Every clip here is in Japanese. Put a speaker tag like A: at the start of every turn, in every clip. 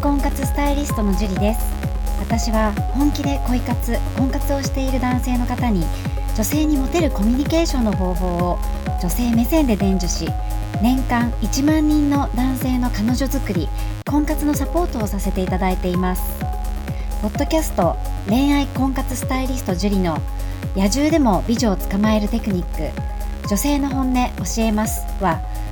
A: 婚活スタイリストのジュリです私は本気で恋活婚活をしている男性の方に女性にモテるコミュニケーションの方法を女性目線で伝授し年間1万人の男性の彼女作り婚活のサポートをさせていただいていますポッドキャスト恋愛婚活スタイリストジュリの野獣でも美女を捕まえるテクニック女性の本音教えますは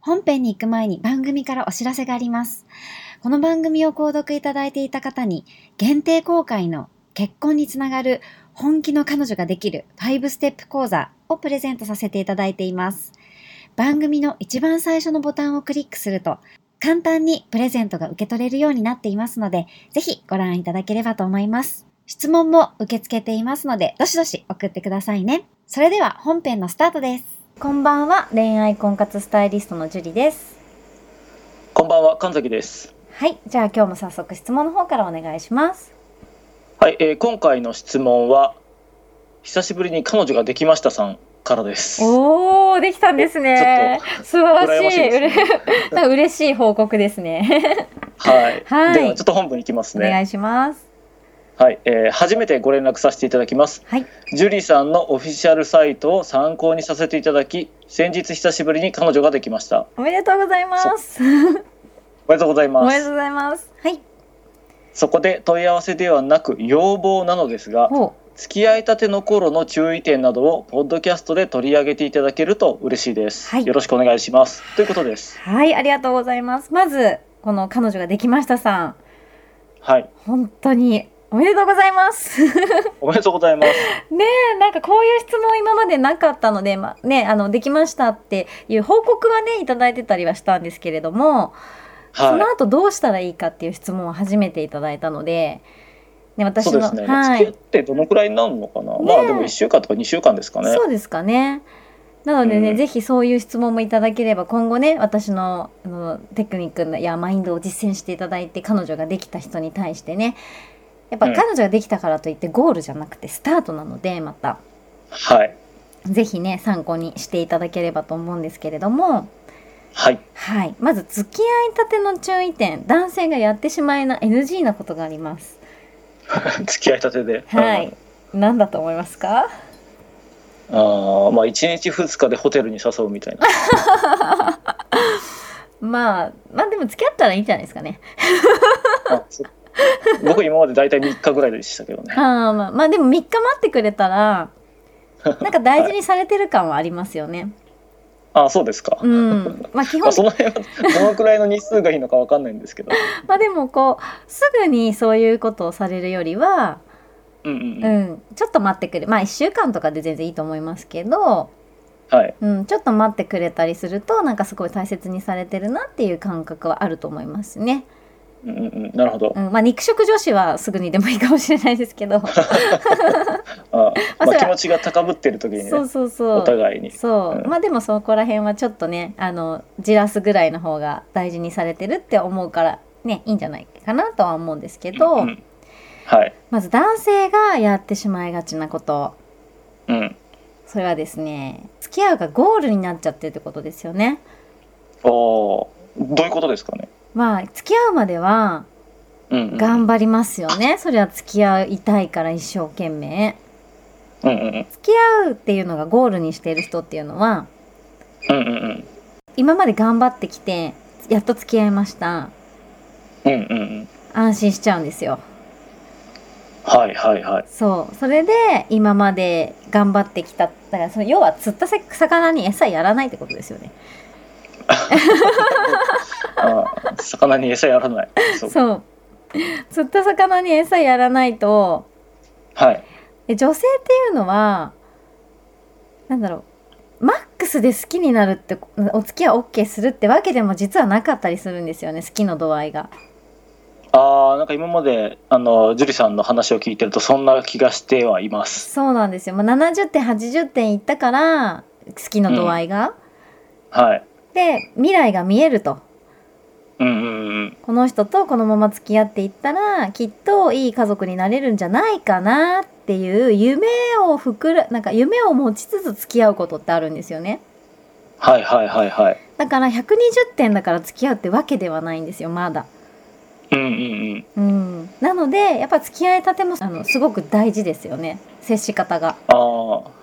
A: 本編に行く前に番組からお知らせがありますこの番組を購読いただいていた方に限定公開の結婚につながる本気の彼女ができる5ステップ講座をプレゼントさせていただいています。番組の一番最初のボタンをクリックすると簡単にプレゼントが受け取れるようになっていますのでぜひご覧いただければと思います。質問も受け付けていますのでどしどし送ってくださいね。それでは本編のスタートです。こんばんは恋愛婚活スタイリストのジュリです。
B: こんばんは神崎です。
A: はい、じゃあ今日も早速質問の方からお願いします。
B: はい、えー、今回の質問は久しぶりに彼女ができましたさんからです。
A: おお、できたんですね。素晴らしい、 ね、嬉しい報告ですね。
B: はい。はい、ではちょっと本文いきますね。
A: お願いします。
B: はい、えー、初めてご連絡させていただきます、
A: はい、
B: ジュリーさんのオフィシャルサイトを参考にさせていただき先日久しぶりに彼女ができました
A: おめでとうございます
B: おめでとうございます。
A: おめでとうございます。はい。
B: そこで問い合わせではなく要望なのですが、付き合いたての頃の注意点などをポッドキャストで取り上げていただけると嬉しいです。はい、よろしくお願いします。ということです。
A: はい、ありがとうございます。まずこの彼女ができましたさん。
B: はい。
A: 本当におめでとうございます。
B: おめでとうございます。
A: ねえ、なんかこういう質問今までなかったので、まあ、ね、あの、できましたっていう報告はね、いただいてたりはしたんですけれども、はい、その後どうしたらいいかっていう質問を初めていただいたので、
B: ね、私の、ね、はい、ってどのくらいになるのかな、ね、まあでも1週間とか2週間ですかね。
A: そうですかね。なのでね、うん、ぜひそういう質問もいただければ今後ね私のあのテクニックやマインドを実践していただいて彼女ができた人に対してねやっぱ彼女ができたからといってゴールじゃなくてスタートなのでまた、
B: はい、
A: ぜひね参考にしていただければと思うんですけれども。
B: はい、
A: はい、まず付き合いたての注意点男性がやってしまいな NG なことがあります
B: 付き合いたてで
A: はい、うん、何だと思いますか
B: あまあ1日2日でホテルに誘うみたいな
A: まあまあでも付き合ったらいいんじゃないですかね
B: 僕今まで大体3日ぐらいでしたけどね
A: あ、まあ、まあでも3日待ってくれ たらなんか大事にされてる感はありますよね、はい
B: あそうですか。
A: うん。まあ基本
B: その辺はどのくらいの日数がいいのかわかんないんですけど。
A: まあでもこうすぐにそういうことをされるよりは、、
B: うんうん、うんうん
A: ちょっと待ってくれ。まあ1週間とかで全然いいと思いますけど、
B: はい。
A: うん、ちょっと待ってくれたりするとなんかすごい大切にされてるなっていう感覚はあると思いますね。
B: うんうん、なるほど、
A: うん、まあ肉食女子はすぐにでもいいかもしれないですけど
B: まあ、気持ちが高ぶってる時に、ね、
A: そうそうそう
B: お互いに
A: そう、うん、まあでもそこら辺はちょっとねあのじらすぐらいの方が大事にされてるって思うからねいいんじゃないかなとは思うんですけど、うんうん、
B: はい、
A: まず男性がやってしまいがちなこと、
B: うん、
A: それはですね付き合うがゴールになっちゃってるってことですよね。
B: あどういうことですかね
A: まあ付き合うまでは頑張りますよね、うんうん、それは付き合いたいから一生懸
B: 命、うんうん、
A: 付き合うっていうのがゴールにしている人っていうのは、
B: うんうんうん、
A: 今まで頑張ってきてやっと付き合いました、
B: うんうんうん、
A: 安心しちゃうんですよ
B: はいはいはい
A: そうそれで今まで頑張ってきただからその要は釣った魚に餌やらないってことですよね
B: あ魚に餌やら ない
A: そう釣った魚に餌やらないと
B: はい
A: 女性っていうのはなんだろうマックスで好きになるってお付き合い OK するってわけでも実はなかったりするんですよね好きの度合いが。
B: ああ、なんか今まで、あの、樹里さんの話を聞いてると、そんな気がしてはいます。
A: そうなんですよ、まあ、70点80点いったから好きの度合いが、
B: はい。
A: で未来が見えると
B: うんうんうん。
A: この人とこのまま付き合っていったらきっといい家族になれるんじゃないかなっていう夢を膨らなんか夢を持ちつつ付き合うことってあるんですよね
B: はいはいはいはい。
A: だから120点だから付き合うってわけではないんですよまだ
B: うんうんうん。
A: うんなのでやっぱ付き合いたてもあのすごく大事ですよね接し方が
B: あ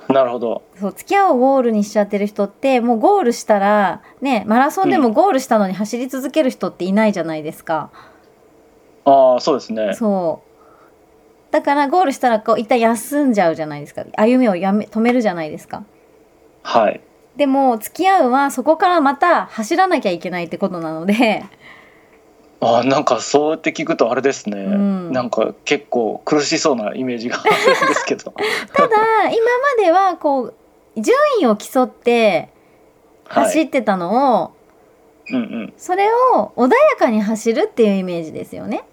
B: あ、なるほど。
A: そう付き合うをゴールにしちゃってる人ってもうゴールしたらねマラソンでもゴールしたのに走り続ける人っていないじゃないですか、
B: ああ、そうですね。
A: そうだからゴールしたらこう一旦休んじゃうじゃないですか歩みをやめ止めるじゃないですか
B: はい。
A: でも付き合うはそこからまた走らなきゃいけないってことなので
B: ああ、なんかそうやって聞くとあれですね。
A: うん
B: なんか結構苦しそうなイメージがあるんですけど。
A: ただ今まではこう順位を競って 走
B: はい。
A: ってたのを、
B: うんうん。
A: それを穏やかに走るっていうイメージですよね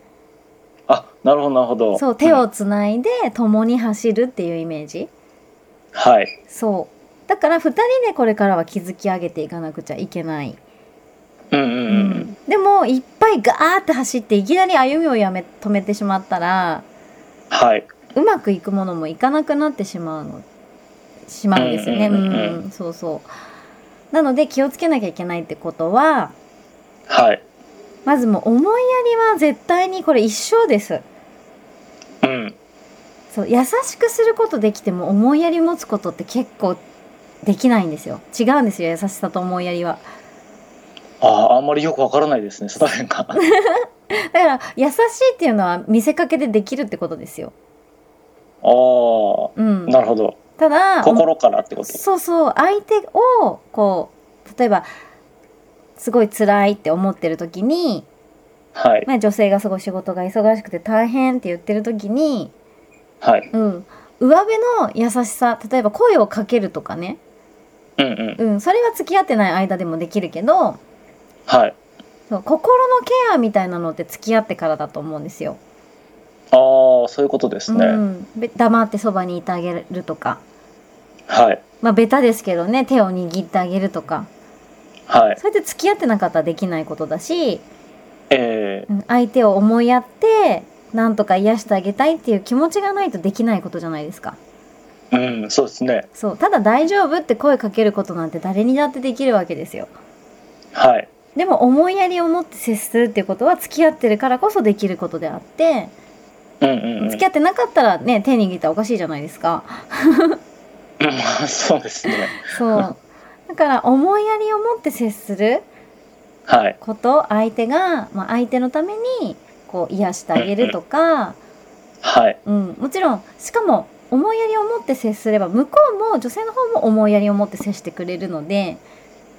B: あ、なるほどなるほど。
A: そう手
B: ん
A: をつないで共に走るっていうイメージ
B: はい。
A: そうだから2人でこれからは築き上げていかなくちゃいけない、
B: うんうんうん。
A: でもいっぱいガーって走っていきなり歩みをやめ止めてしまったら
B: はい。
A: うまくいくものもいかなくなってしまうのしまうんですよね
B: うんうんうんうん
A: うんそうそうなので気をつけなきゃいけないってことは
B: はい。
A: まずもう思いやりは絶対にこれ一生です
B: うん。
A: そう優しくすることできても思いやり持つことって結構できないんですよ違うんですよ優しさと思いやりは
B: ああ、あんまりよくわからないですね、その辺が。
A: だから優しいっていうのは見せかけでできるってことですよ
B: あ
A: うん
B: あ、なるほど。
A: ただ
B: 心からってこと。
A: そうそう相手をこう例えばすごい辛いって思ってる時に、
B: はい。
A: まあ、女性がすごい仕事が忙しくて大変って言ってる時に、
B: はい。
A: うん、上辺の優しさ例えば声をかけるとかね、
B: うんうん。
A: うん、それは付き合ってない間でもできるけど
B: はい。
A: そう心のケアみたいなのって付き合ってからだと思うんですよ。
B: ああ、そういうことです
A: う
B: ね。
A: ん、べ黙ってそばにいてあげるとか、
B: はい。
A: まあ、ベタですけどね手を握ってあげるとか
B: はい。
A: それって付き合ってなかったらできないことだし、
B: ええ
A: うん、相手を思いやってなんとか癒してあげたいっていう気持ちがないとできないことじゃないですか。
B: うん、そうですね。
A: そうただ「大丈夫」って声かけることなんて誰にだってできるわけですよ。
B: はい。
A: でも思いやりを持って接するっていうことは付き合ってるからこそできることであって
B: うんうん、うん。
A: 付き合ってなかったらね手握ったらおかしいじゃないですか。
B: うん、そうですね。
A: そう。だから思いやりを持って接する
B: はい。
A: こと、相手が、まあ、相手のために、こう、癒してあげるとか、
B: はい。
A: うん、もちろん、しかも、思いやりを持って接すれば、向こうも、女性の方も思いやりを持って接してくれるので、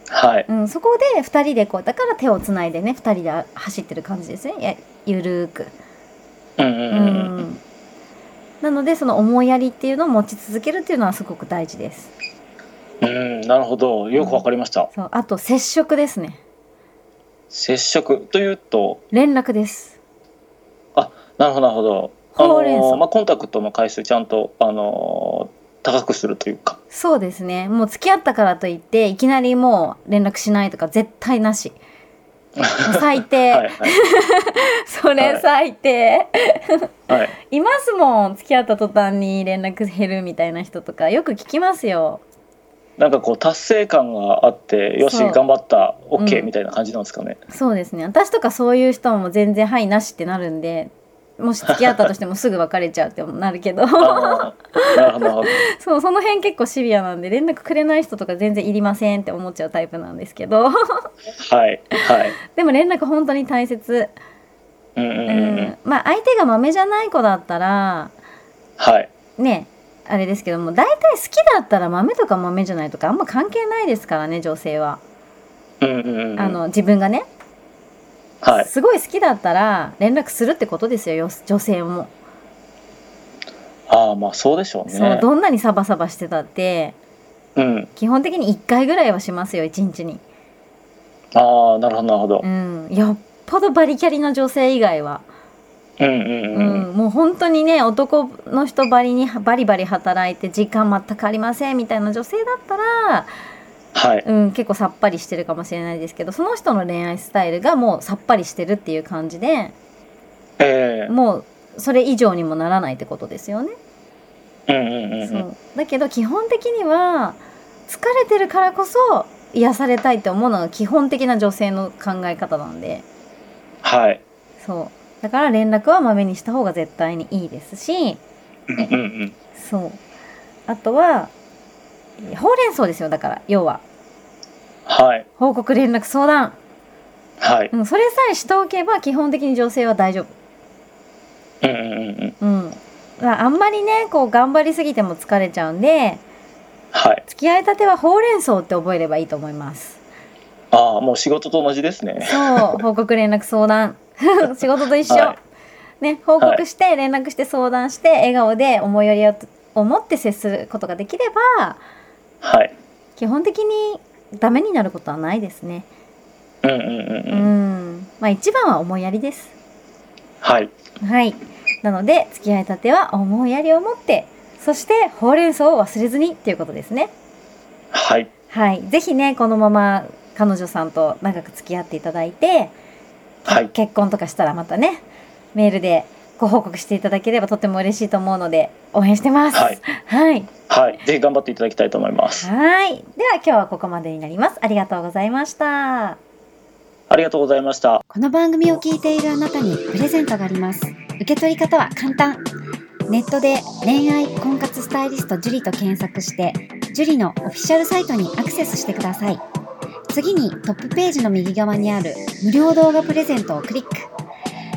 B: はい。
A: うん、そこで二人でこう、だから手をつないでね、二人で走ってる感じですね。やゆるーく。
B: うんうん
A: う
B: うんうん。
A: ん。なので、その思いやりっていうのを持ち続けるっていうのはすごく大事です。
B: うん、なるほど。よくわかりました。
A: そう。あと、接触ですね。
B: 接触というと、
A: 連絡です。
B: なるほど、なるほど。あ
A: ほ
B: の
A: うれん草
B: ーまあ、コンタクトの回数ちゃんと、あのー高くするというか。
A: そうですね。もう付き合ったからといって、いきなりもう連絡しないとか絶対な し。もう最低。
B: はい。はい。
A: それ最低。
B: はい。
A: いますもん。付き合った途端に連絡減るみたいな人とか、よく聞きますよ。
B: なんかこう達成感があってよし
A: そう
B: 頑張った
A: うん
B: OK みたいな感じなんですかね、
A: そうですね。私とかそういう人はもう全然はいなしってなるんで、もし付き合ったとしてもすぐ別れちゃうってなるけ ど、
B: ああ なるほどなるほど
A: そう、その辺結構シビアなんで、連絡くれない人とか全然いりませんって思っちゃうタイプなんですけど、
B: はいはい
A: でも連絡本当に大切。
B: うんうん
A: う
B: うんうん
A: ん。まあ相手がマメじゃない子だったら、
B: はい
A: ねあれですけども大体好きだったら豆とか豆じゃないとかあんま関係ないですからね女性は、
B: うんうんうん
A: あの自分がね、
B: はい
A: すごい好きだったら連絡するってことですよよ女性も、
B: ああまあそうでしょうね
A: そうどんなにサバサバしてたって
B: うん
A: 基本的に1回ぐらいはしますよ1日に
B: ああなるほどなるほど
A: うんよっぽどバリキャリの女性以外は
B: うんうん
A: う
B: うん
A: ん、もう本当にね男の人ばりにバリバリ働いて時間全くありませんみたいな女性だったら、
B: はい
A: うん、結構さっぱりしてるかもしれないですけどその人の恋愛スタイルがもうさっぱりしてるっていう感じで
B: ええ
A: もうそれ以上にもならないってことですよね。
B: うんうんうん
A: そうだけど基本的には疲れてるからこそ癒されたいって思うのが基本的な女性の考え方なんで
B: はい
A: そうだから連絡はまめにした方が絶対にいいですし
B: うんうんうん
A: そうあとはえーほうれん草ですよだから要は
B: はい
A: 報告連絡相談、
B: はい
A: うん、それさえしておけば基本的に女性は大丈夫
B: うんうんうんうん
A: うんまああんまりねこう頑張りすぎても疲れちゃうんで
B: はい
A: 付き合いたてはほうれん草って覚えればいいと思います
B: ああもう仕事と同じですね
A: そう報告連絡相談 仕事と一緒、
B: は
A: ね報告して連絡して相談して笑顔で思いやりを思って接することができれば
B: はい
A: 基本的にダメになることはないですね
B: うんうんうん
A: う
B: うん
A: んまあ一番は思いやりです
B: はい
A: はいなので付き合いたては思いやりを持ってそしてほうれん草を忘れずにっていうことですね
B: はい
A: はいぜひねこのまま彼女さんと長く付き合っていただいて、
B: はい
A: 結婚とかしたらまたねメールでご報告していただければとても嬉しいと思うので応援してます
B: はい
A: はい
B: はいぜひ頑張っていただきたいと思います
A: はいでは今日はここまでになりますありがとうございました
B: ありがとうございました
C: この番組を聞いているあなたにプレゼントがあります。受け取り方は簡単。ネットで恋愛婚活スタイリスト樹と検索して、樹のオフィシャルサイトにアクセスしてください。次にトップページの右側にある無料動画プレゼントをクリック。